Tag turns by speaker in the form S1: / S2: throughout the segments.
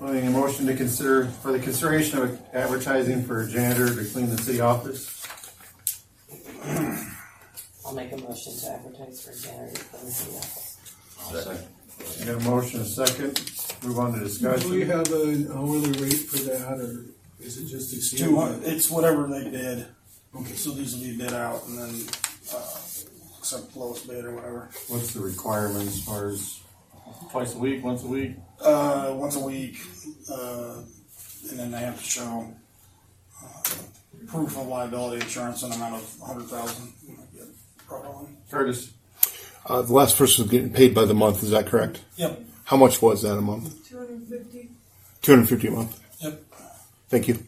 S1: Moving a motion to consider, for the consideration of advertising for a janitor to clean the city office.
S2: I'll make a motion to advertise for January twentieth.
S1: We got a motion, a second, move on to
S3: Do we
S1: discussion.
S3: have an hourly rate for that, or is it just
S4: It's
S3: exceeding?
S4: two hundred, it's whatever they bid,
S3: Okay,
S4: so these will be bid out and then, uh, accept the lowest bid or whatever.
S1: What's the requirement as far as twice a week, once a week?
S4: Uh, once a week, uh, and then they have to show, uh, proof of liability insurance and amount of a hundred thousand.
S1: Curtis,
S5: Uh, the last person was getting paid by the month. Is that correct?
S4: Yep,
S5: How much was that a month?
S6: Two hundred and fifty.
S5: Two hundred fifty a month.
S4: yep.
S5: Thank you.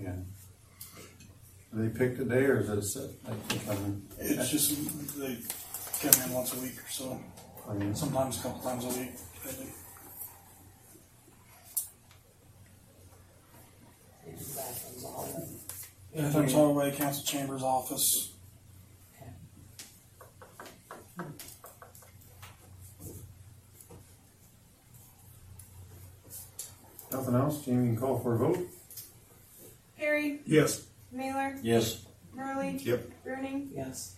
S1: yeah. They picked a day or is it a set? I think I'm-
S4: It's just, they come in once a week or so,
S1: I mean,
S4: sometimes a couple times a week. depending.
S2: Bathrooms all in.
S4: Bathrooms all the way, council chambers, office.
S1: Nothing else, Jamie can call for a vote?
S6: Harry,
S3: yes.
S6: Mailer,
S7: Yes.
S6: Morley.
S5: Yep.
S6: Rooney,
S2: Yes,